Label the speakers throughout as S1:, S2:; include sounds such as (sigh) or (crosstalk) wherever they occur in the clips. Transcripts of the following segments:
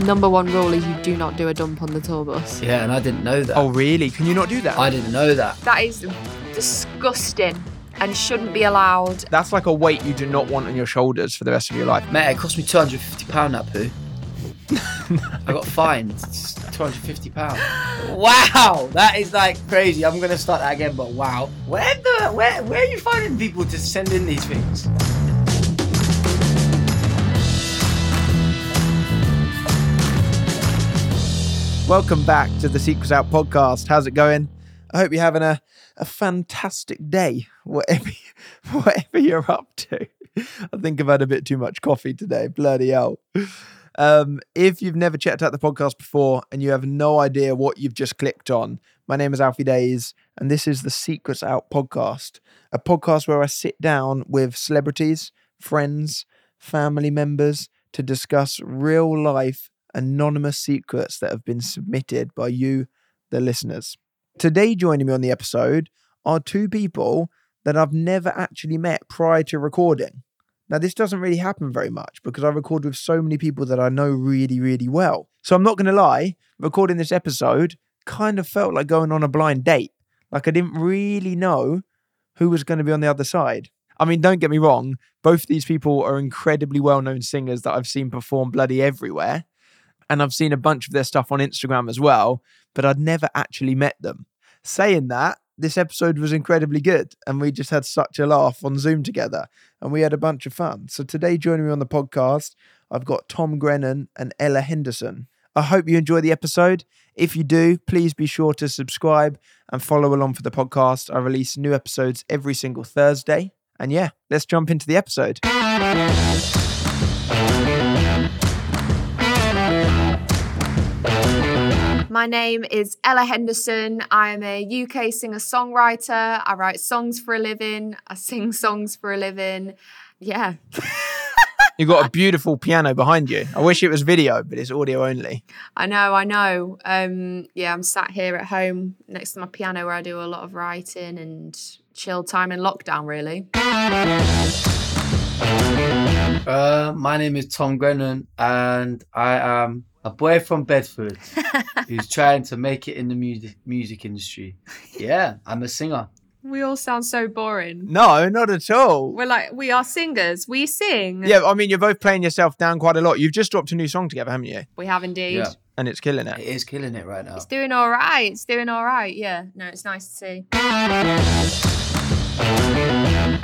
S1: number one rule is you do not do a dump on the tour bus.
S2: Yeah, and I didn't know that.
S3: Oh, really? Can you not do that?
S2: I didn't know that.
S1: That is disgusting and shouldn't be allowed.
S3: That's like a weight you do not want on your shoulders for the rest of your life.
S2: Mate, it cost me two hundred fifty pound that poo. I got fined two hundred fifty pound. Wow, that is like crazy. I'm gonna start that again, but wow, where the where where are you finding people to send in these things?
S3: Welcome back to the Secrets Out podcast. How's it going? I hope you're having a, a fantastic day, whatever, (laughs) you- whatever you're up to. I think I've had a bit too much coffee today. Bloody hell. Um, if you've never checked out the podcast before and you have no idea what you've just clicked on, my name is Alfie Days, and this is the Secrets Out podcast, a podcast where I sit down with celebrities, friends, family members to discuss real life anonymous secrets that have been submitted by you, the listeners. Today, joining me on the episode are two people that I've never actually met prior to recording. Now, this doesn't really happen very much because I record with so many people that I know really, really well. So I'm not going to lie, recording this episode kind of felt like going on a blind date. Like I didn't really know who was going to be on the other side. I mean, don't get me wrong, both of these people are incredibly well known singers that I've seen perform bloody everywhere. And I've seen a bunch of their stuff on Instagram as well, but I'd never actually met them. Saying that, this episode was incredibly good and we just had such a laugh on Zoom together and we had a bunch of fun. So today, joining me on the podcast, I've got Tom Grennan and Ella Henderson. I hope you enjoy the episode. If you do, please be sure to subscribe and follow along for the podcast. I release new episodes every single Thursday. And yeah, let's jump into the episode.
S1: My name is Ella Henderson. I am a UK singer songwriter. I write songs for a living. I sing (laughs) songs for a living. Yeah.
S3: You've got a beautiful piano behind you. I wish it was video, but it's audio only.
S1: I know, I know. Um, yeah, I'm sat here at home next to my piano where I do a lot of writing and chill time in lockdown, really.
S2: Uh, my name is Tom Grennan, and I am a boy from (laughs) Bedford who's trying to make it in the music music industry. Yeah, I'm a singer.
S1: We all sound so boring.
S3: No, not at all.
S1: We're like, we are singers. We sing.
S3: Yeah, I mean, you're both playing yourself down quite a lot. You've just dropped a new song together, haven't you?
S1: We have indeed.
S2: Yeah.
S3: And it's killing
S2: It
S3: it.
S2: is killing it right now.
S1: It's doing all right. It's doing all right. Yeah. No, it's nice to see.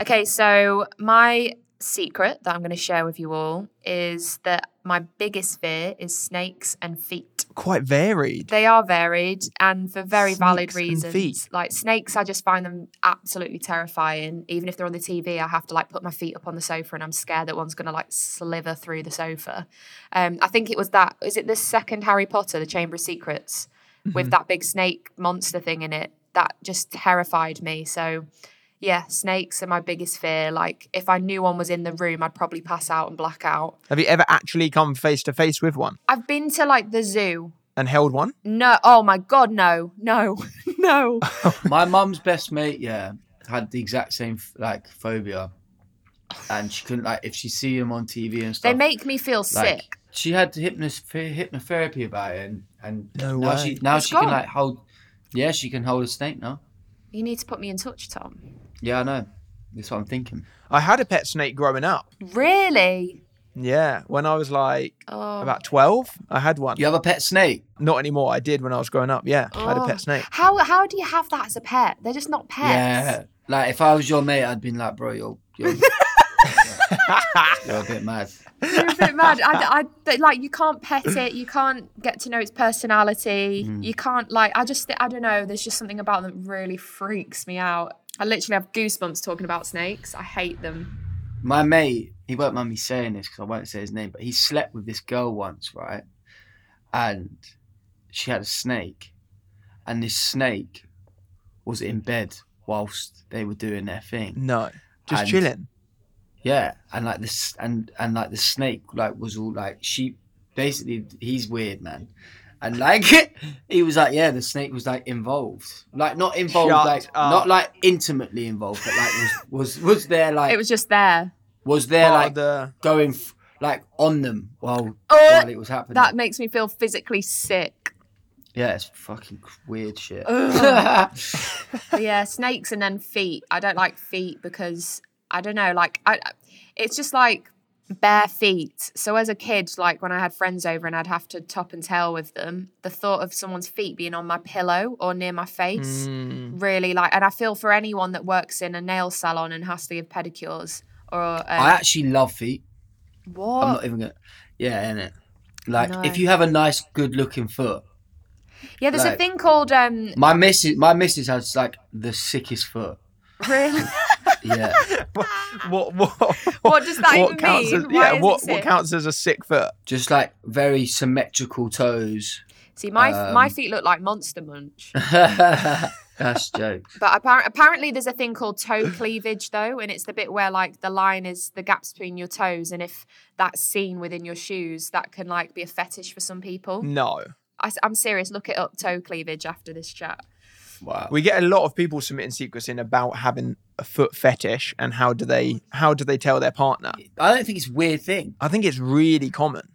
S1: Okay, so my secret that I'm going to share with you all is that my biggest fear is snakes and feet.
S3: Quite varied.
S1: They are varied and for very valid
S3: Snakes and
S1: reasons.
S3: feet.
S1: Like snakes, I just find them absolutely terrifying. Even if they're on the TV, I have to like put my feet up on the sofa and I'm scared that one's going to like slither through the sofa. Um, I think it was that. Is it the second Harry Potter, The Chamber of Secrets,
S3: Mm-hmm.
S1: with that big snake monster thing in it? That just terrified me. So. Yeah, snakes are my biggest fear. Like, if I knew one was in the room, I'd probably pass out and black out.
S3: Have you ever actually come face to face with one
S1: I've been to like the zoo.
S3: and held one?
S1: No, oh my God, no, no, (laughs) no.
S2: (laughs) My mum's best mate, yeah, had the exact same like phobia, and she couldn't like if she see him on TV and stuff.
S1: They make me feel
S2: like,
S1: sick.
S2: She had hypnos- hypnotherapy about it, and, and
S3: No
S2: now
S3: way.
S2: she now
S1: It's
S2: she
S1: gone.
S2: can like hold. Yeah, she can hold a snake now.
S1: You need to put me in touch, Tom.
S2: Yeah, I know. That's what I'm thinking.
S3: I had a pet snake growing up.
S1: Really?
S3: Yeah, when I was like
S1: Oh.
S3: about 12, I had one.
S2: You have a pet snake?
S3: Not anymore. I did when I was growing up. Yeah, I had a
S1: Oh. (laughs)
S3: pet snake.
S1: How how do you have that as a pet? They're just not pets.
S2: Yeah. Like if I was your mate, I'd been like, bro, you're you're, you're a bit mad.
S1: You're a bit mad. I, I- they- like you can't pet it. You can't get to know its personality.
S2: Hmm.
S1: You can't like. I just I don't know. There's just something about them that really freaks me out. I literally have goosebumps talking about snakes. I hate them.
S2: My mate, he won't mind me saying this because I won't say his name, but he slept with this girl once, right? And she had a snake, and this snake was in bed whilst they were doing their thing.
S3: No, just
S2: And-
S3: chilling.
S2: Yeah, and like this, and and like the snake, like was all like she, basically he's weird, man, and like (laughs) he was like, yeah, the snake was like involved, like not involved,
S3: Shut
S2: like
S3: up.
S2: not like intimately involved, but like was was, was there like
S1: It was just there.
S2: was there
S3: Part
S2: like
S3: of the-
S2: going f- like on them while
S1: Oh,
S2: while it was happening.
S1: That makes me feel physically sick.
S2: yeah, it's fucking weird shit.
S1: Ugh. But yeah, snakes and then feet. I don't like feet because I don't know, like I it's just like bare feet. So as a kid, like when I had friends over and I'd have to top and tail with them, the thought of someone's feet being on my pillow or near my face
S3: Mm.
S1: really like and I feel for anyone that works in a nail salon and has to give pedicures or um,
S2: (laughs) I actually love feet.
S1: what?
S2: I'm not even gonna. Yeah, innit? Like
S1: know.
S2: if you have a nice, good-looking foot.
S1: yeah, there's a
S2: like-
S1: thing called um (laughs)
S2: My missus, my missus has like the sickest foot.
S1: really (laughs)
S2: Yeah,
S3: (laughs) What, what, what,
S1: What does that even
S3: counts
S1: mean?
S3: As,
S1: Why
S3: yeah,
S1: is it
S3: what, what
S1: sick?
S3: counts as a sick foot?
S2: just like very symmetrical toes. (laughs)
S1: See, my my
S2: Um,
S1: feet look like Monster Munch.
S2: That's jokes.
S1: But appar- apparently, there's a thing called toe cleavage, though, and it's the bit where like the line is the gaps between your toes, and if that's seen within your shoes, that can like be a fetish for some people.
S2: Mm.
S3: No.
S1: I, am serious. Look it up, toe cleavage, after this chat.
S2: Wow.
S3: We get a lot of people submitting secrets in about having a foot fetish and how do they how do they tell their partner?
S2: I don't think it's a weird thing.
S3: I think it's really common.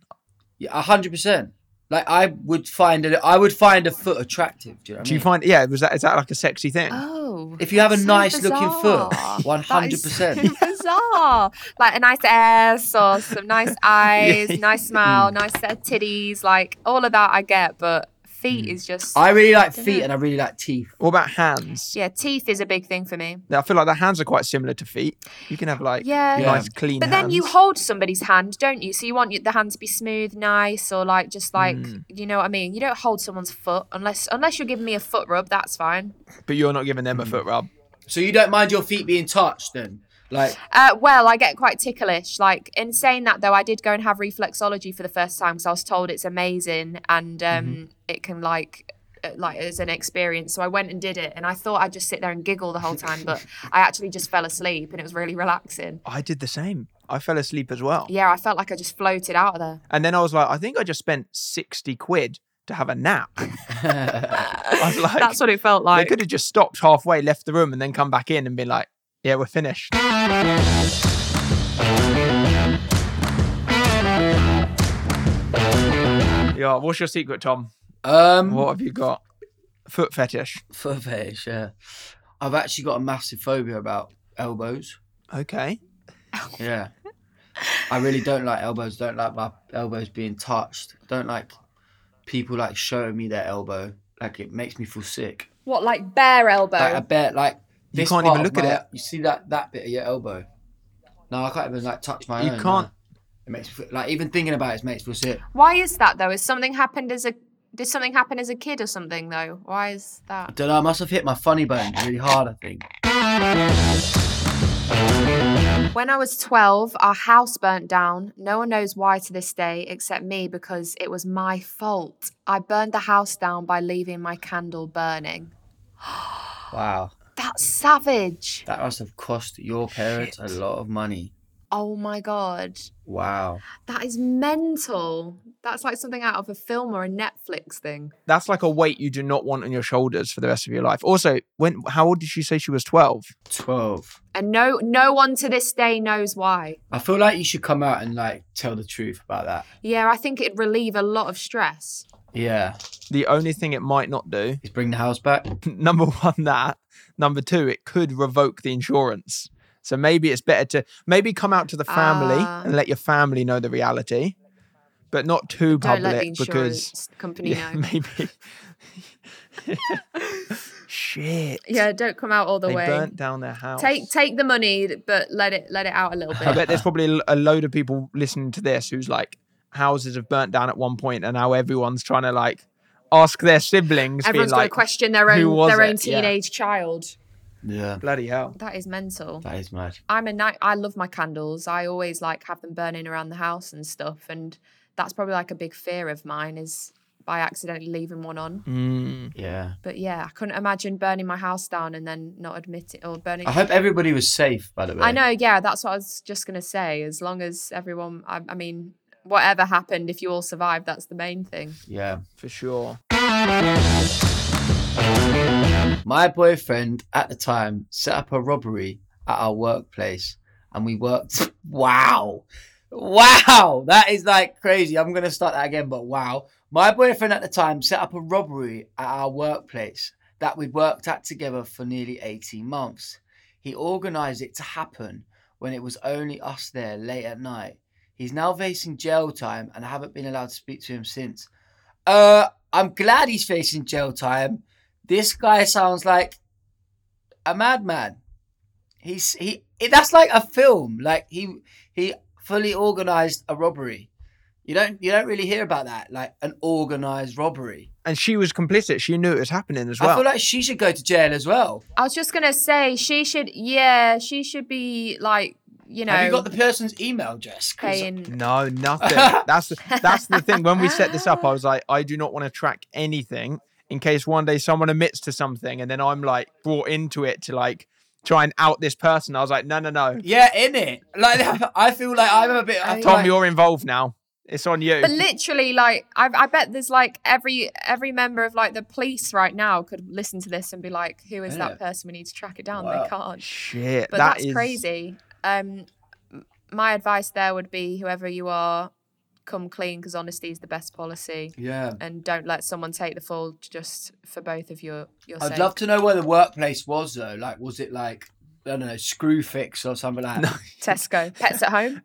S2: Yeah, hundred percent. Like I would find a, I would find a foot attractive. Do you know what I
S3: Do you
S2: mean?
S3: find yeah, was that is that like a sexy thing?
S1: Oh,
S2: if you have a
S1: that's so
S2: nice looking
S1: bizarre.
S2: foot, one
S1: That is
S2: hundred percent.
S1: so (laughs) bizarre. Like a nice ass or some
S2: (laughs)
S1: nice eyes, nice smile,
S2: Mm.
S1: nice set of titties, like all of that I get, but feet is just.
S2: Mm. I really like feet
S1: Dunno.
S2: and I really like teeth.
S3: What about hands?
S1: yeah, teeth is a big thing for me.
S3: Now, I feel like the hands are quite similar to feet. You can have like
S1: Yeah.
S2: Yeah.
S3: nice clean
S1: But then you
S3: hands.
S1: hold somebody's hand, don't you? So you want y- the hand to be smooth, nice, or like just like
S3: Mm.
S1: you know what I mean. You don't hold someone's foot unless unless you're giving me a foot rub. That's fine.
S3: but you're not giving them
S2: Mm.
S3: a foot rub.
S2: So you don't mind your feet being touched then? Like (laughs)
S1: Uh, well, I get quite ticklish. Like in saying that though, I did go and have reflexology for the first time because I was told it's amazing and um,
S3: Mm-hmm.
S1: it can like uh, like as an experience. So I went and did it, and I thought I'd just sit there and giggle the whole time,
S3: (laughs)
S1: but I actually just fell asleep, and it was really relaxing.
S3: I did the same. I fell asleep as well.
S1: Yeah, I felt like I just floated out of there.
S3: And then I was like, I think I just spent 60 quid to have a nap. (laughs) I was like,
S1: That's what it felt
S3: they
S1: like.
S3: could have just stopped halfway, left the room, and then come back in and been like, yeah, we're finished. Yeah, what's your secret, Tom?
S2: um
S3: What have you got? Foot fetish.
S2: foot fetish, yeah. I've actually got a massive phobia about elbows.
S3: Okay.
S2: Yeah. I really don't like elbows, don't like my elbows being touched. Don't like people like showing me their elbow. Like it makes me feel sick.
S1: What like bare elbow?
S2: Like I bet like
S3: You
S2: this
S3: can't even
S2: part of
S3: look at
S2: my-
S3: it.
S2: You see that that bit of your elbow? No, I can't even like touch my
S3: You
S2: own,
S3: can't-
S2: no. It makes me feel, like even thinking about it makes me feel sick.
S1: Why is that though? Has something happened as a did something happen as a kid or something though? Why is
S2: I
S1: that?
S2: don't know. I must have hit my funny bone really hard. I think.
S1: When I was 12, our house burnt down. No one knows why to this day except me because it was my fault. I burned the house down by leaving my candle burning.
S2: Wow,
S1: That's savage.
S2: that must have cost your parents a lot of money.
S1: Oh my god.
S2: Wow.
S1: That is mental. That's like something out of a film or a Netflix thing.
S3: That's like a weight you do not want on your shoulders for the rest of your life. Also, when how old did she say she was 12?
S2: Twelve.
S1: And no no one to this day knows why.
S2: I feel like you should come out and like tell the truth about that.
S1: Yeah, I think it'd relieve a lot of stress.
S2: Yeah.
S3: The only thing it might not do,
S2: Is bring the house back.
S3: (laughs) number one, that. Number two, it could revoke the insurance. So maybe it's better to maybe come out to the family
S1: Ah.
S3: and let your family know the reality, but not too
S1: Don't let the
S3: public
S1: (laughs)
S3: because
S1: insurance company
S3: (laughs) yeah,
S1: know. (laughs)
S3: maybe. Shit.
S1: Yeah, don't come out all the
S3: they
S1: way.
S3: burnt down their house.
S1: Take take the money, but let it let it out a little
S3: (laughs) I
S1: bit.
S3: bet there's probably a- a load of people listening to this who's like houses have burnt down at one point, and now everyone's trying to like ask their siblings,
S1: Everyone's
S3: being
S1: got to
S3: like,
S1: question their
S3: "Who
S1: own
S3: was
S1: their own
S3: it?" Yeah.
S1: teenage child.
S2: Yeah.
S3: bloody hell.
S1: That is mental.
S2: That is mad.
S1: I'm a night. I love my candles. I always like have them burning around the house and stuff. And that's probably like a big fear of mine is by accidentally leaving one on.
S3: Mm.
S2: Yeah.
S1: But yeah, I couldn't imagine burning my house down and then not admitting or burning.
S2: I hope everybody was safe. By the way.
S1: I know, yeah, that's what I was just gonna say. As long as everyone, I, I mean, whatever happened, if you all survived, that's the main thing.
S2: Yeah.
S3: For sure.
S2: My boyfriend at the time set up a robbery at our workplace and we worked (laughs) wow. Wow, that is like crazy. I'm gonna start that again, but wow. My boyfriend at the time set up a robbery at our workplace that we'd worked at together for nearly 18 months. He organised it to happen when it was only us there late at night. He's now facing jail time and I haven't been allowed to speak to him since. Uh, I'm glad he's facing jail time. This guy sounds like a madman. He's he. That's like a film. Like he he fully organized a robbery. You don't you don't really hear about that, like an organized robbery.
S3: And she was complicit. She knew it was happening as well.
S2: I feel like she should go to jail as well.
S1: I was just gonna say she should. Yeah, she should be like you know
S2: Have you got the person's email address? 'Cause
S1: paying.
S3: no,
S1: (laughs)
S3: nothing. That's the, that's the thing. When we set this up, I was like, I do not want to track anything in case one day someone admits to something, and then I'm like brought into it to like try and out this person. I was like, no, no, no,
S2: Yeah, in it. Like (laughs) I feel like I'm a bit.
S1: Oh,
S2: I'm
S3: Tom,
S2: like-
S3: you're involved now. It's on you.
S1: But literally, like I, I bet there's like every every member of like the police right now could listen to this and be like, who is
S2: Yeah.
S1: that person? We need to track it down.
S2: Wow.
S1: They can't.
S3: Shit,
S1: but
S3: that
S1: that's
S3: is-
S1: crazy. Um, m- my advice there would be whoever you are, come clean because honesty is the best policy,
S2: yeah.
S1: and don't let someone take the fall just for both of your your.
S2: I'd
S1: sake.
S2: love to know where the workplace was though. Like, was it like I don't know, screw fix or something
S3: (laughs)
S2: like that? (laughs)
S1: Tesco pets at home.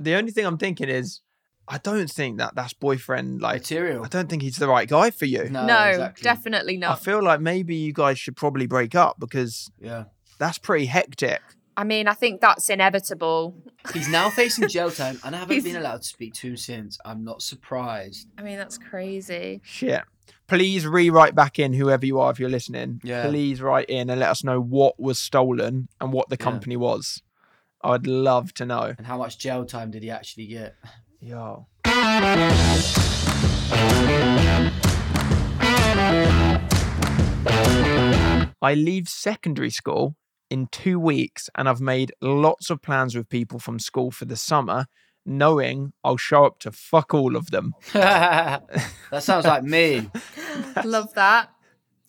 S3: The only thing I'm thinking is, I don't think that that's boyfriend. Like,
S2: Material.
S3: I don't think he's the right guy for you.
S1: No,
S2: exactly.
S1: definitely
S3: I
S1: not.
S3: feel like maybe you guys should probably break up because
S2: Yeah.
S3: that's pretty hectic.
S1: I mean, I think that's inevitable.
S2: He's now facing jail time, and I haven't
S1: He's-
S2: been allowed to speak to him since. I'm not surprised.
S1: I mean, that's crazy. (laughs)
S3: Shit. Please rewrite back in whoever you are if you're listening.
S2: Yeah.
S3: Please write in and let us know what was stolen and what the
S2: Yeah.
S3: company was. I'd love to know.
S2: And how much jail time did he actually
S3: (laughs)
S2: get?
S3: Yo. I leave secondary school in two weeks and I've made lots of plans with people from school for the summer, knowing I'll show up to fuck all of them.
S2: that sounds like me.
S1: Love that.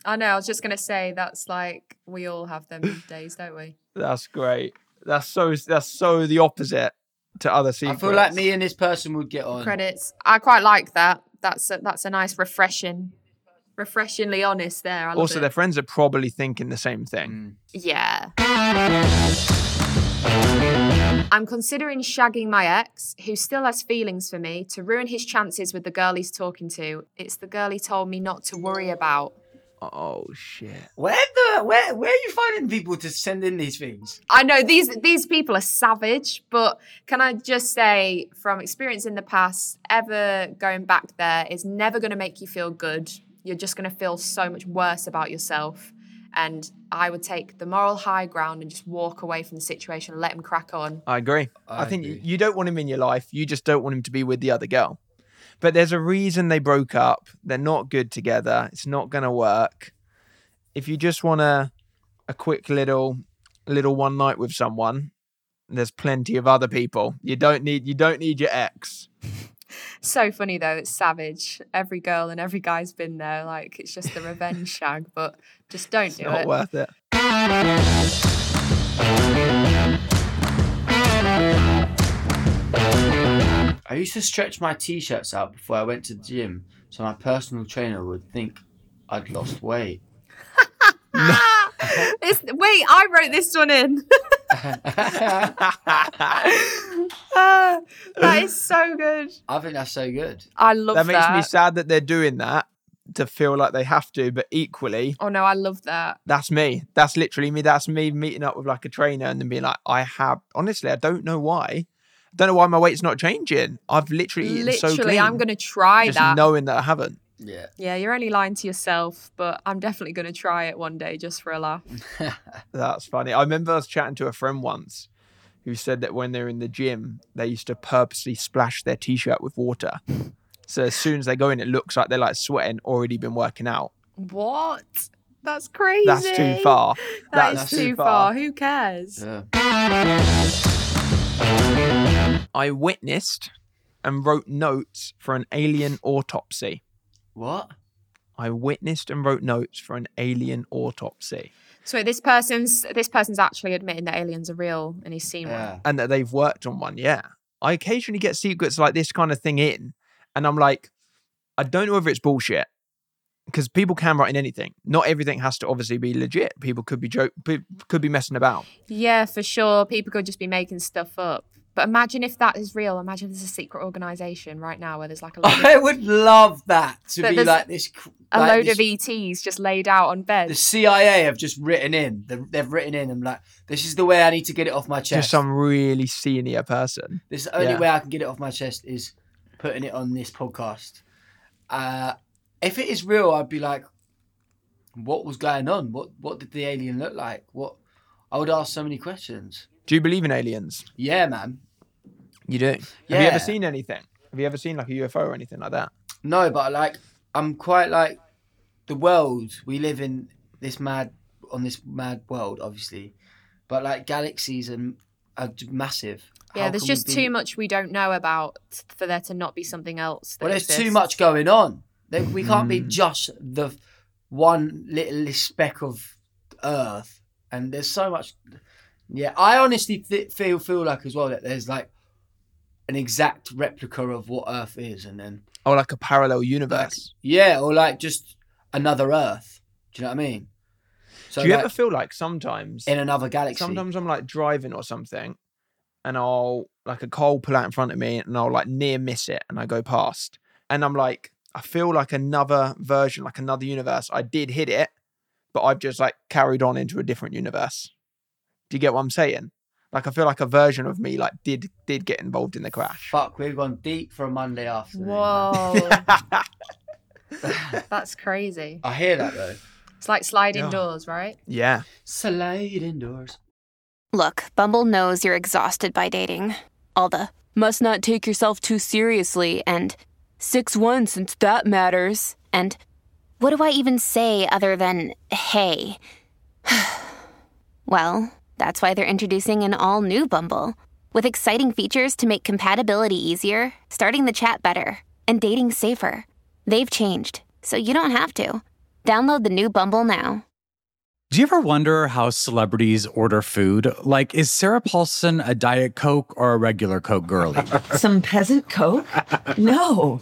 S1: I know. I was just gonna say that's like we all have them (laughs) days, don't we?
S3: That's great. That's so that's so the opposite to other
S2: I
S3: secrets.
S2: feel like me and this person would get on.
S1: Credits. I quite like that. That's a, that's a nice refreshing, refreshingly honest there. I love
S3: Also,
S1: it.
S3: their friends are probably thinking the same thing.
S2: Mm.
S1: Yeah. I'm considering shagging my ex, who still has feelings for me, to ruin his chances with the girl he's talking to. It's the girl he told me not to worry about.
S3: Oh shit.
S2: Where the where where are you finding people to send in these things?
S1: I know these these people are savage, but can I just say from experience in the past, ever going back there is never going to make you feel good. You're just going to feel so much worse about yourself. And I would take the moral high ground and just walk away from the situation and let him crack on.
S3: I agree. I,
S2: I
S3: think
S2: agree.
S3: you don't want him in your life. You just don't want him to be with the other girl. But there's a reason they broke up. They're not good together. It's not going to work. If you just want a a quick little little one night with someone, there's plenty of other people. You don't need you don't need your ex.
S1: So funny though, it's savage. Every girl and every guy's been there. Like it's just the (laughs) revenge shag, but just don't do
S3: not
S1: it. (laughs)
S2: (laughs)
S3: worth it.
S2: I used to stretch my t-shirts out before I went to the gym, so my personal trainer would think I'd lost weight. (laughs)
S1: Ah! It's- wait, I wrote this one in.
S2: I
S1: Ah, (laughs)
S3: (laughs)
S1: that is so good.
S2: think that's so good.
S1: I love
S3: that
S1: that.
S3: makes me sad that they're doing that to feel like they have to, but equally,
S1: oh no, I love that.
S3: that's me. That's literally me. That's me meeting up with like a trainer and then being like, I have honestly, I don't know why. I don't know why my weight's not changing. I've literally, eaten so
S1: Literally,
S3: clean.
S1: I'm gonna try
S3: just
S1: that.
S3: knowing that I haven't.
S2: Yeah.
S1: yeah, you're only lying to yourself, but I'm definitely gonna try it one day just for a laugh.
S3: That's funny. I remember I was chatting to a friend once who said that when they're in the gym, they used to purposely splash their t-shirt with water. So as soon as they go in, it looks like they're like sweating, already been working out.
S1: What? That's crazy.
S3: That's too far.
S1: That is
S2: That's
S1: too far. Who cares?
S2: yeah.
S3: I witnessed and wrote notes for an alien autopsy.
S2: What?
S3: I witnessed and wrote notes for an alien autopsy.
S1: So this person's this person's actually admitting that aliens are real and he's seen one.
S2: Yeah.
S3: and that they've worked on one. Yeah. I occasionally get secrets like this kind of thing in, and I'm like, I don't know whether it's bullshit because people can write in anything. Not everything has to obviously be legit. People could be joke, pe- could be messing about.
S1: Yeah, for sure. People could just be making stuff up. But imagine if that is real. Imagine if there's a secret organisation right now where there's like a load of,
S2: (laughs) I would love that to
S1: But
S2: be
S1: there's
S2: like this. cr-
S1: a
S2: like
S1: load
S2: this-
S1: of e-, ETs just laid out on
S2: the
S1: beds.
S2: CIA have just written in. They've, they've written in. I'm like, this is the way I need to get it off my chest.
S3: Just some really senior person.
S2: This is the only
S3: Yeah.
S2: way I can get it off my chest is putting it on this podcast. Uh, if it is real, I'd be like, what was going on? What what did the alien look like? What I would ask so many questions.
S3: Do you believe in aliens?
S2: Yeah, man.
S3: You do. Have you
S2: Yeah.
S3: ever seen anything? Have you ever seen like a UFO or anything like that?
S2: No, but like I'm quite like the world we live in. This mad on this mad world, obviously, but like galaxies and are j- massive.
S1: Yeah,
S2: How
S1: there's
S2: can we
S1: just
S2: be-
S1: too much we don't know about for there to not be something else. That
S2: Well, there's too
S1: exists.
S2: much going on. There- We can't be
S3: Mhm.
S2: just the f- one little speck of Earth, and there's so much. Yeah, I honestly th- feel feel like as well that there's like an exact replica of what Earth is, and then
S3: Or like a parallel universe?
S2: yeah, or like just another Earth. Do you know what I mean? So
S3: do you
S2: like,
S3: ever feel like sometimes
S2: in another galaxy.
S3: sometimes I'm like driving or something, and I'll like a car will pull out in front of me, and I'll like near miss it, and I go past, and I'm like, I feel like another version, like another universe. I did hit it, but I've just like carried on into a different universe. Do you get what I'm saying? Like I feel like a version of me like did did get involved in the crash.
S2: Fuck, we've gone deep for a Monday afternoon. man. (laughs)
S1: Whoa, (laughs)
S2: I
S1: that's crazy.
S2: hear that though.
S1: It's like sliding
S3: Yeah.
S1: doors, right?
S3: yeah.
S2: Slide indoors.
S4: Look, Bumble knows you're exhausted by dating. All the must not take yourself too seriously and 6 1 since that matters. And what do I even say other than hey? (sighs) well, that's why they're introducing an all new Bumble with exciting features to make compatibility easier, starting the chat better, and dating safer. They've changed, so you don't have to. Download the new Bumble now.
S5: Do you ever wonder how celebrities order food? Like, is Sarah Paulson a Diet Coke or a regular Coke
S3: (laughs)
S5: girlie?
S6: Some peasant coke? No.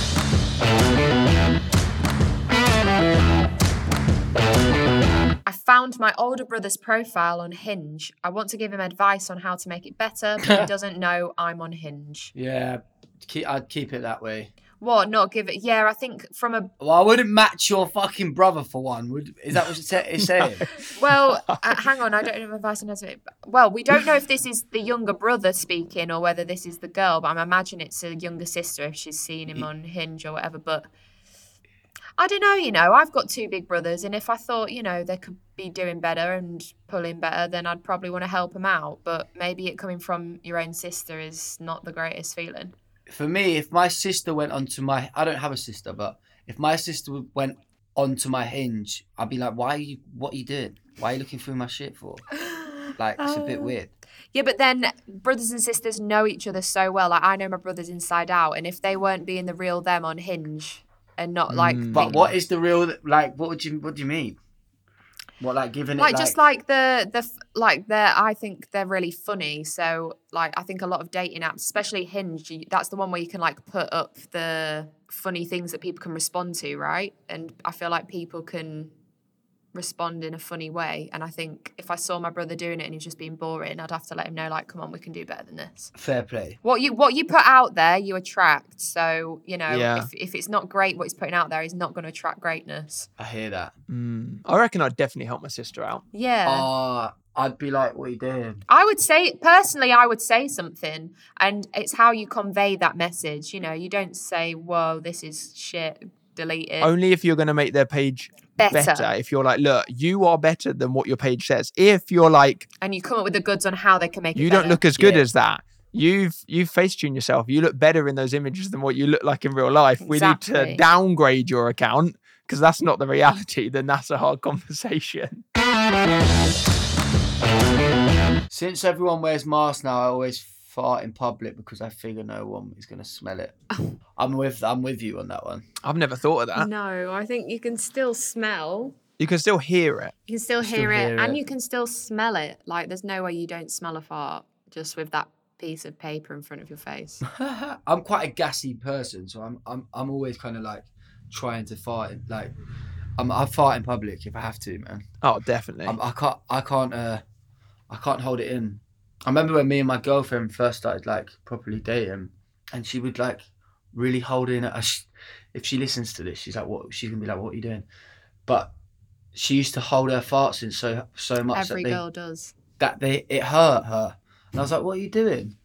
S1: I found my older brother's profile on Hinge. I want to give him advice on how to make it better, but
S2: (laughs)
S1: he doesn't know I'm on Hinge.
S2: Yeah, keep, I'd keep it that way.
S1: What? Not give it? Yeah, I think from a
S2: Well, I wouldn't match your fucking brother for one. Would is that what it's
S3: (laughs)
S2: sa- it's saying?
S1: well, uh, hang on. I don't know if advice on how to make. Well, we don't know if this is the younger brother speaking or whether this is the girl, but I'm imagining it's a younger sister if she's seen him on Hinge or whatever. But I don't know. You know, I've got two big brothers, and if I thought you know they could be doing better and pulling better, then I'd probably want to help them out. But maybe it coming from your own sister is not the greatest feeling.
S2: for me, if my sister went onto my, I don't have a sister, but if my sister w- went onto my hinge, I'd be like, why are you? What are you doing? Why are you looking through my shit for? Like it's a bit weird.
S1: Yeah, but then brothers and sisters know each other so well. Like I know my brothers inside out, and if they weren't being the real them on Hinge and not like,
S2: But
S1: being-
S2: what is the real? Like, what would you? What do you mean? What like giving it?
S1: like, just like the the f- like they're I think they're really funny. So like I think a lot of dating apps, especially Hinge, you, that's the one where you can like put up the funny things that people can respond to, right? And I feel like people can respond in a funny way. And I think if I saw my brother doing it and he's just being boring, I'd have to let him know like, come on, we can do better than this.
S2: fair play.
S1: What you what you put out there, you attract. So you know,
S3: Yeah.
S1: if, if it's not great, what he's putting out there is not going to attract greatness.
S2: I hear that.
S3: Mm. I reckon I'd definitely help my sister out.
S1: Yeah,
S3: Oh.
S2: Ah, I'd be like, what are you doing?
S1: I would say personally, I would say something, and it's how you convey that message. You know, you don't say, "Whoa, this is shit." deleted.
S3: Only if you're going to make their page
S1: better.
S3: If you're like, look, you are better than what your page says. If you're like,
S1: And you come up with the goods on how they can make it
S3: you don't
S1: better.
S3: look as good
S2: Yeah.
S3: as that. You've you've face tuned yourself. You look better in those images than what you look like in real life. We need to
S1: Exactly.
S3: downgrade your account because that's not the reality. Then that's a hard (laughs) conversation.
S2: Since everyone wears masks now, I always fart in public because I figure no one is gonna
S1: (laughs)
S2: smell it. I'm with I'm with you on that one. (laughs)
S3: I've never thought of that.
S1: No, I think you can still smell.
S3: You can still hear it.
S1: You can still
S2: Still
S1: hear, it,
S2: hear
S1: and
S2: it.
S1: you can still smell it. Like there's no way you don't smell a fart just with that piece of paper in front of your face.
S2: I'm quite a gassy person, so I'm I'm I'm always kind of like trying to fart. in- Like I'm I fart in public if I have to, man.
S3: Oh, definitely.
S2: I'm, I can't I can't uh I can't hold it in. I remember when me and my girlfriend first started like properly dating, and she would like really hold in. I sh- if she listens to this, she's like, "What?" She's gonna be like, "What are you doing?" But she used to hold her farts in so so much
S1: Every
S2: that they
S1: girl does.
S2: that they it hurt her. And I was like, "What are you doing?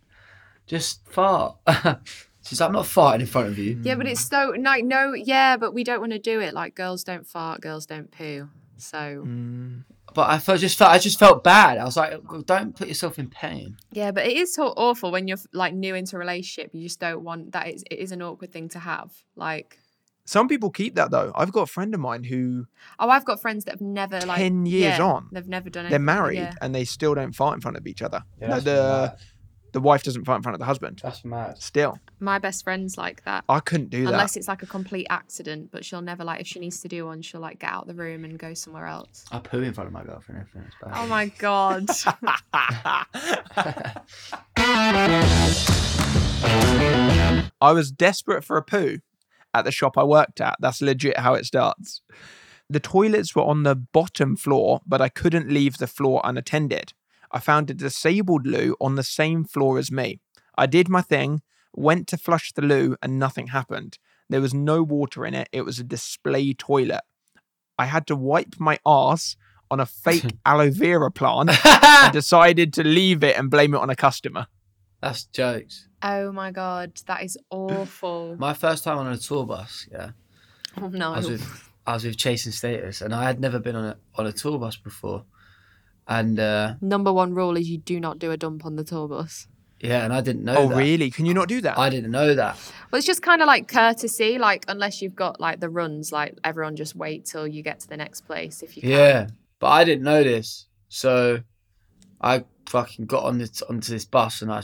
S2: Just fart." (laughs) she's like, "I'm not farting in front of you."
S1: Yeah,
S3: Mm.
S1: but it's so like no, yeah, but we don't want to do it. Like girls don't fart, girls don't poo. So
S3: Mm.
S2: But I felt just felt I just felt bad. I was like, "Don't put yourself in pain."
S1: yeah, but it is so awful when you're like new into a relationship. You just don't want that. Is, it is an awkward thing to have. Like
S3: Some people keep that though. I've got a friend of mine who
S1: oh, I've got friends that have never like
S3: 10 years
S1: yeah,
S3: on,
S1: They've never done.
S3: they're
S1: anything,
S3: married
S1: yeah.
S3: and they still don't fight in front of each other.
S2: Yeah,
S3: No,
S2: that's
S3: the
S2: mad.
S3: the wife doesn't fight in front of the husband.
S2: That's mad.
S3: Still,
S1: My best friend's like that.
S3: I couldn't do that.
S1: Unless it's like a complete accident, but she'll never like if she needs to do one, she'll like get out the room and go somewhere else.
S2: I poo in front of my girlfriend. Everything is bad.
S1: Oh
S3: (laughs)
S1: my god. (laughs)
S3: I was desperate for a poo at the shop I worked at. That's legit how it starts. The toilets were on the bottom floor, but I couldn't leave the floor unattended. I found a disabled loo on the same floor as me. I did my thing, went to flush the loo, and nothing happened. There was no water in it. It was a display toilet. I had to wipe my arse on a fake
S2: (laughs)
S3: aloe vera plant and decided to leave it and blame it on a customer.
S2: That's jokes.
S1: oh my god, that is awful.
S2: My first time on a tour bus, yeah.
S1: Oh
S2: I was
S1: no.
S2: with I was with Chasing Status and I had never been on a on a tour bus before. And uh
S1: Number one rule is you do not do a dump on the tour bus.
S2: yeah, and I didn't know
S3: Oh,
S2: that.
S3: really? Can you not do that?
S2: I didn't know that.
S1: Well, it's just kind of like courtesy, like unless you've got like the runs, like everyone just wait till you get to the next place if you can.
S2: Yeah. But I didn't know this. So I fucking got on this onto this bus and I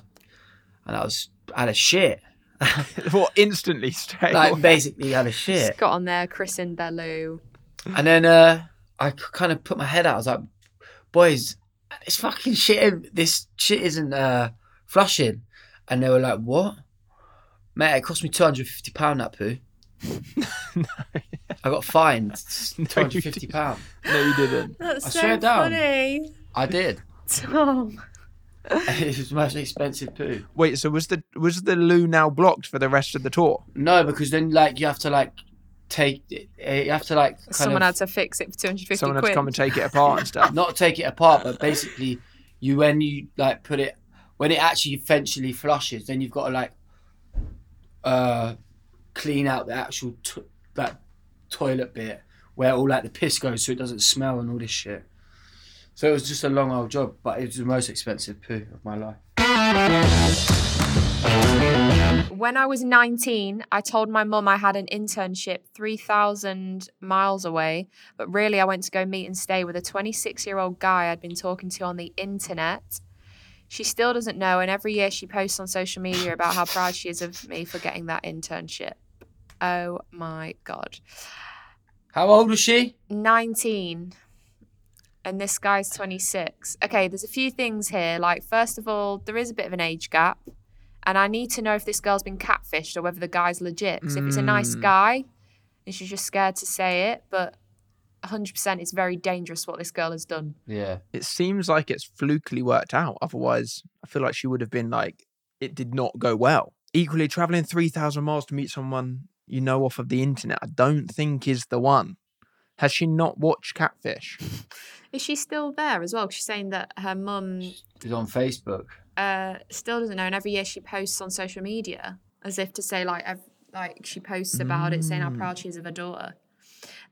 S2: and I was had a shit.
S3: (laughs) Well, instantly stay.
S2: Like basically had a shit.
S1: Just got on there, christened their loo.
S2: And then uh, I kind of put my head out. I was like, boys, it's fucking shit. This shit isn't uh, flushing. And they were like, what? Mate, it cost me £250 that
S3: (laughs)
S2: poo. I got fined
S3: No, you
S2: £250.
S3: no, you didn't.
S1: That's
S2: I
S1: so
S2: swear down.
S1: funny.
S2: I did.
S1: Tom.
S2: it was the most expensive poo.
S3: (laughs) Wait, so was the was the loo now blocked for the rest of the tour?
S2: No, because then like you have to like take it, you have to like kind
S1: Someone
S2: of
S1: had to fix it for 250
S3: Someone
S1: quid.
S3: had to come and take it apart and (laughs) stuff.
S2: not take it apart, but basically, you when you like put it when it actually eventually flushes, then you've got to like uh clean out the actual to- that toilet bit where all like the piss goes, so it doesn't smell and all this shit. So it was just a long old job, but it was the most expensive poo of my life.
S1: When I was 19, I told my mum I had an internship 3,000 miles away, but really I went to go meet and stay with a 26 year old guy I'd been talking to on the internet. She still doesn't know, and every year she posts on social media about how proud she is of me for getting that internship. Oh my God.
S2: How old was she?
S1: 19 and this guy's 26. Okay, there's a few things here. Like, first of all, there is a bit of an age gap. And I need to know if this girl's been catfished or whether the guy's legit. 'Cause if it's a nice
S3: Mm.
S1: guy and she's just scared to say it, but 100% it's very dangerous what this girl has done.
S2: Yeah.
S3: It seems like it's flukily worked out. Otherwise, I feel like she would have been like, it did not go well. Equally, traveling three thousand miles to meet someone you know off of the internet, I don't think is the one. Has she not watched Catfish?
S1: Is she still there as well? 'Cause She's saying that her mum
S2: It was on Facebook.
S1: uh, still doesn't know, and every year she posts on social media as if to say, like, ev- Like she posts about it, saying how proud she is of her daughter.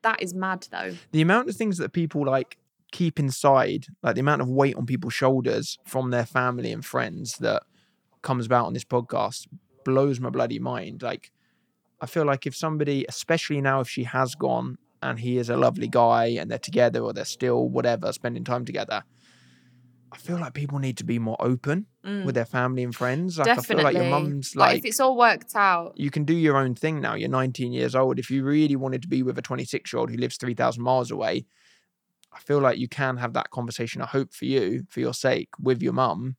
S1: That is mad, though.
S3: the amount of things that people like keep inside, like the amount of weight on people's shoulders from their family and friends that comes about on this podcast blows my bloody mind. Like, I feel like if somebody, especially now, if she has gone and he is a lovely guy and they're together or they're still whatever, spending time together. I feel like people need to be more open with their family and friends. Like I feel like your mum's like,
S1: Mm. if it's all worked out,
S3: you can do your own thing now. You're 19 years old. If you really wanted to be with a 26 year old who lives 3,000 miles away, I feel like you can have that conversation. I hope for you, for your sake, with your mum,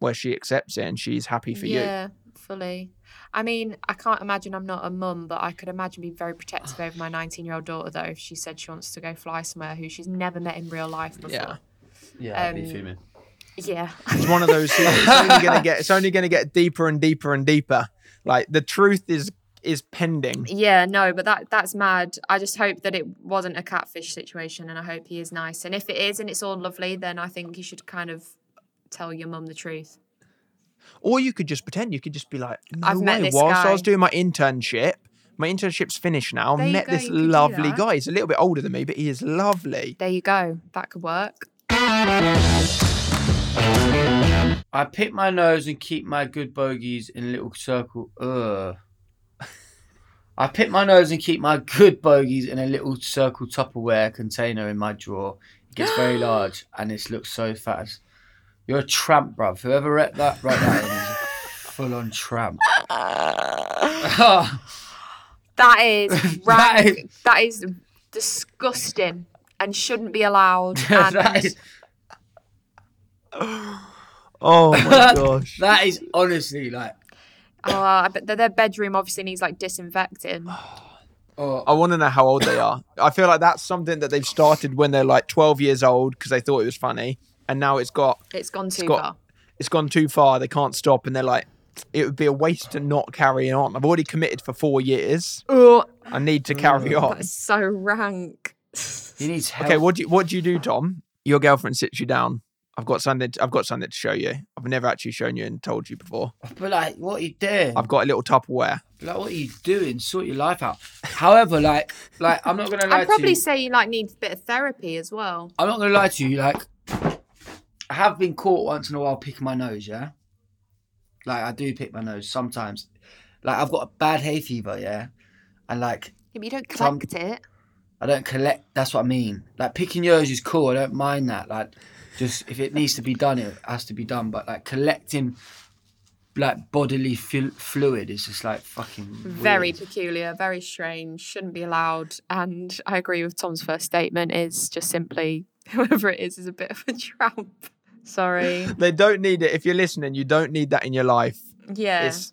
S3: where she accepts it and she's happy for you.
S1: yeah, fully. I mean, I can't imagine I'm not a mum, but I could imagine being very protective over my 19 year old daughter, though, if she said she wants to go fly somewhere who she's never met in real life before.
S3: Yeah.
S2: Yeah, I'd be
S1: Um,
S2: fuming.
S1: Yeah.
S3: It's one of those things. It's only gonna get. It's only gonna get deeper and deeper and deeper. Like the truth is is pending.
S1: Yeah, no, but that that's mad. I just hope that it wasn't a catfish situation, and I hope he is nice. And if it is, and it's all lovely, then I think you should kind of tell your mum the truth.
S3: Or you could just pretend. You could just be like, no
S1: I've
S3: way.
S1: met this
S3: Whilst I was
S1: guy."
S3: doing my internship, my internship's finished now.
S1: There
S3: I
S1: you
S3: met
S1: go,
S3: this
S1: you could do
S3: lovely
S1: that.
S3: guy. He's a little bit older than me, but he is lovely.
S1: There you go. That could work.
S2: I pick my nose and keep my good bogeys in a little circle. Ugh. I pick my nose and keep my good bogeys in a little circle Tupperware container in my drawer. It gets
S1: (gasps)
S2: very large and this looks so fat. You're a tramp, bruv. Whoever read that, wrote that in is a full on tramp.
S1: (laughs)
S2: (laughs)
S1: That
S3: (laughs)
S1: is
S2: That
S1: rank. that is disgusting and shouldn't be
S2: (laughs)
S1: allowed. And
S2: (laughs) that, is,
S3: (sighs) Oh my gosh.
S2: that is honestly like.
S1: uh, but their, their bedroom obviously needs like disinfecting.
S2: Oh,
S3: I want to know how old they are. I feel like that's something that they've started when they're like 12 years old because they thought it was funny, and now it's got
S1: It's gone too
S3: got-
S1: far.
S3: it's gone too far. They can't stop, and they're like, it would be a waste to not carry on. I've already committed for four years.
S1: Oh,
S3: I need to carry on.
S1: that's so rank.
S2: he needs help.
S3: Okay, what do you, what do you do, Tom? Your girlfriend sits you down. I've got something. I've got something to show you. I've never actually shown you and told you before.
S2: But like, what are you doing?
S3: I've got a little Tupperware.
S2: Like, what are you doing? Sort your life out. However, like, like I'm not gonna lie
S1: I'd probably
S2: to you.
S1: say you like need a bit of therapy as well.
S2: I'm not gonna lie to you. Like, I have been caught once in a while picking my nose. Yeah, like I do pick my nose sometimes. Like I've got a bad hay fever. Yeah, and like
S1: Yeah, but you don't
S2: Some-
S1: collect it.
S2: I don't collect. That's what I mean. Like picking yours is cool. I don't mind that. Like, just if it needs to be done, it has to be done. But like collecting. Like bodily flu- fluid is just like fucking
S1: very
S2: weird.
S1: peculiar, very strange, shouldn't be allowed. And I agree with Tom's first statement is just simply (laughs) whoever it is is a bit of a (laughs) tramp.
S2: (laughs)
S1: Sorry.
S3: They don't need it. If you're listening, you don't need that in your life.
S1: Yeah.
S3: It's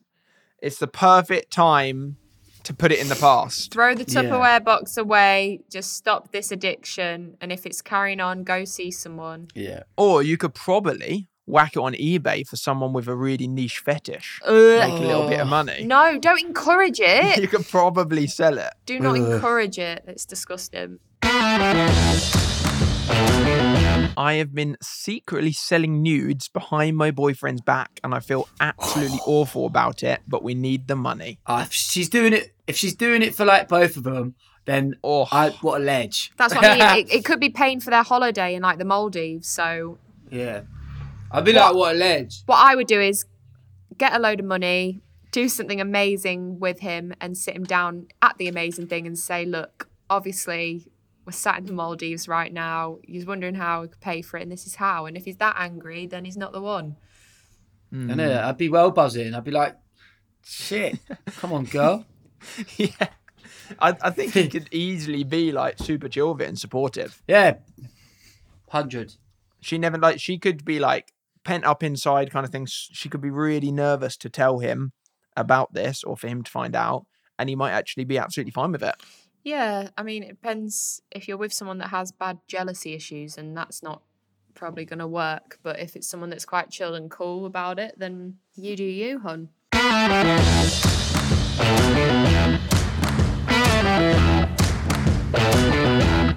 S3: it's the perfect time to put it in the past.
S1: Throw the
S2: Yeah.
S1: Tupperware box away, just stop this addiction. And if it's carrying on, go see someone.
S2: yeah.
S3: Or you could probably whack it on eBay for someone with a really niche fetish, make a little bit of money.
S1: No, don't encourage
S3: You (laughs)
S1: it.
S3: could probably sell it.
S1: Do not encourage it. It's disgusting.
S3: I have been secretly selling nudes behind my boyfriend's back, and I feel absolutely awful about it. But we need the money. (laughs)
S2: Uh, if she's doing it, if she's doing it for like both of them, then
S3: Oh.
S2: I what a ledge.
S1: That's what I mean. It, it could be paying for their holiday in like the Maldives. So
S2: yeah, I'd be like, what a ledge.
S1: what I would do is get a load of money, do something amazing with him, and sit him down at the amazing thing and say, look, obviously we're sat in the Maldives right now. He's wondering how we could pay for it, and this is how. And if he's that angry, then he's not the one.
S2: I know. I'd be well buzzing. I'd be like, shit, come on, girl.
S3: yeah, I, I think he could easily be like super chill with it and supportive.
S2: Yeah, hundred.
S3: She never like she could be like pent up inside kind of thing. S- She could be really nervous to tell him about this or for him to find out, and he might actually be absolutely fine with it.
S1: Yeah, I mean, it depends if you're with someone that has bad jealousy issues, and that's not probably going to work. But if it's someone that's quite chill and cool about it, then you do you, hun.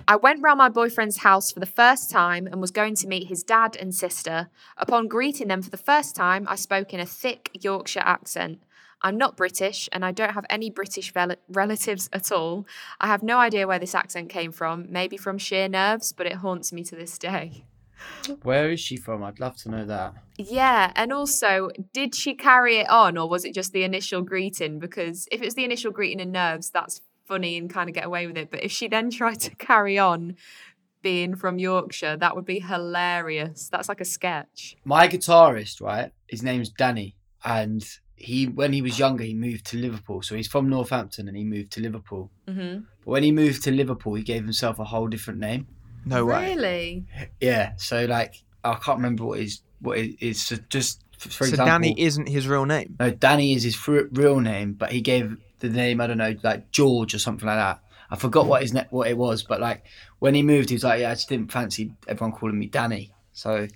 S1: I went round my boyfriend's house for the first time and was going to meet his dad and sister. Upon greeting them for the first time, I spoke in a thick Yorkshire accent. I'm not British and I don't have any British vel- relatives at all. I have no idea where this accent came from, maybe from sheer nerves, but it haunts me to this day.
S2: Where is she from? I'd love to know that.
S1: Yeah, and also, did she carry it on or was it just the initial greeting? Because if it was the initial greeting and nerves, that's funny and kind of get away with it. But if she then (laughs) tried to carry on being from Yorkshire, that would be hilarious. That's like a sketch.
S2: My guitarist, right? His name's Danny, and he when he was younger he moved to Liverpool. So he's from Northampton and he moved to Liverpool.
S1: Mm-hmm.
S2: But when he moved to Liverpool, he gave himself a whole different name.
S3: No way.
S1: Really?
S2: Yeah. So like I can't remember what his what it is. So just for
S3: So
S2: example,
S3: Danny isn't his real name.
S2: no, Danny is his fr- real name, but he gave the name I don't know like George or something like that. I forgot what his ne- what it was, but like when he moved, he was like, yeah, I just didn't fancy everyone calling me Danny. So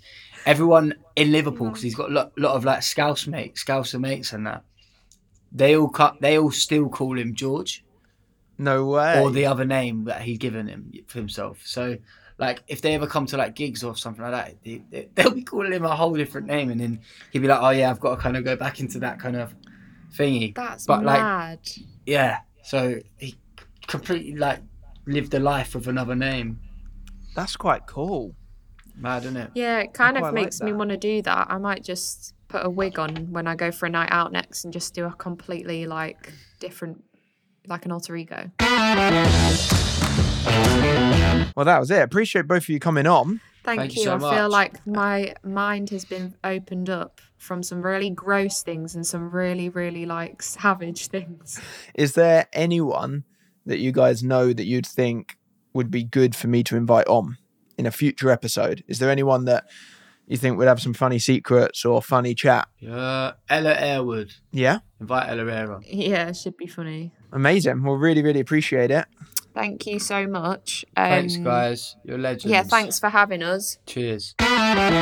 S2: everyone in Liverpool, because he's got a lot, lot of like Scouse mates, Scouser mates, and that. They all cut. They all still call him George
S3: No way.
S2: or the other name that he'd given him for himself. So, like, if they ever come to like gigs or something like that, they, they, (laughs) they'll be calling him a whole different name, and then he'd be like, "Oh yeah, I've got to kind of go back into that kind of thingy."
S1: That's
S2: But, like-
S1: mad.
S2: Yeah. So he c- completely like lived a life with another name.
S3: That's quite cool.
S2: Mad, isn't it?
S1: yeah, it kind
S3: quite
S1: of
S3: like
S1: makes me
S3: that.
S1: want to do that. I might just put a wig on when I go for a night out next and just do a completely like different, like an alter ego.
S3: Well, that was it. Appreciate both of you coming on.
S1: Thank,
S2: Thank you
S1: you.
S2: so
S1: I feel
S2: much.
S1: like my mind has been opened up from some really gross things and some really, really like savage (laughs) things.
S3: Is there anyone that you guys know that you'd think would be good for me to invite on in a future episode? Is there anyone that you think would have some funny secrets or funny chat?
S2: Yeah. Ella Airwood.
S3: Yeah.
S2: Invite Ella Air on.
S1: Yeah, it should be funny.
S3: Amazing. We'll really, really appreciate it.
S1: Thank you so much.
S2: Thanks,
S1: Um,
S2: guys. You're legends.
S1: Yeah, thanks for having us.
S2: Cheers.
S3: And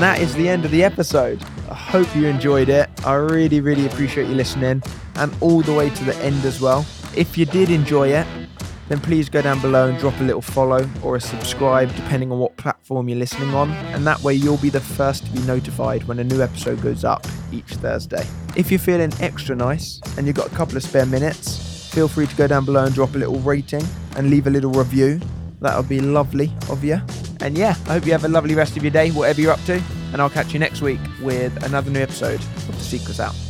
S3: that is the end of the episode. I hope you enjoyed it. I really, really appreciate you listening and all the way to the end as well. If you did enjoy it, then please go down below and drop a little follow or a subscribe, depending on what platform you're listening on. And that way, you'll be the first to be notified when a new episode goes up each Thursday. If you're feeling extra nice and you've got a couple of spare minutes, feel free to go down below and drop a little rating and leave a little review. That would be lovely of you. And yeah, I hope you have a lovely rest of your day, whatever you're up to. And I'll catch you next week with another new episode of The Secrets Out.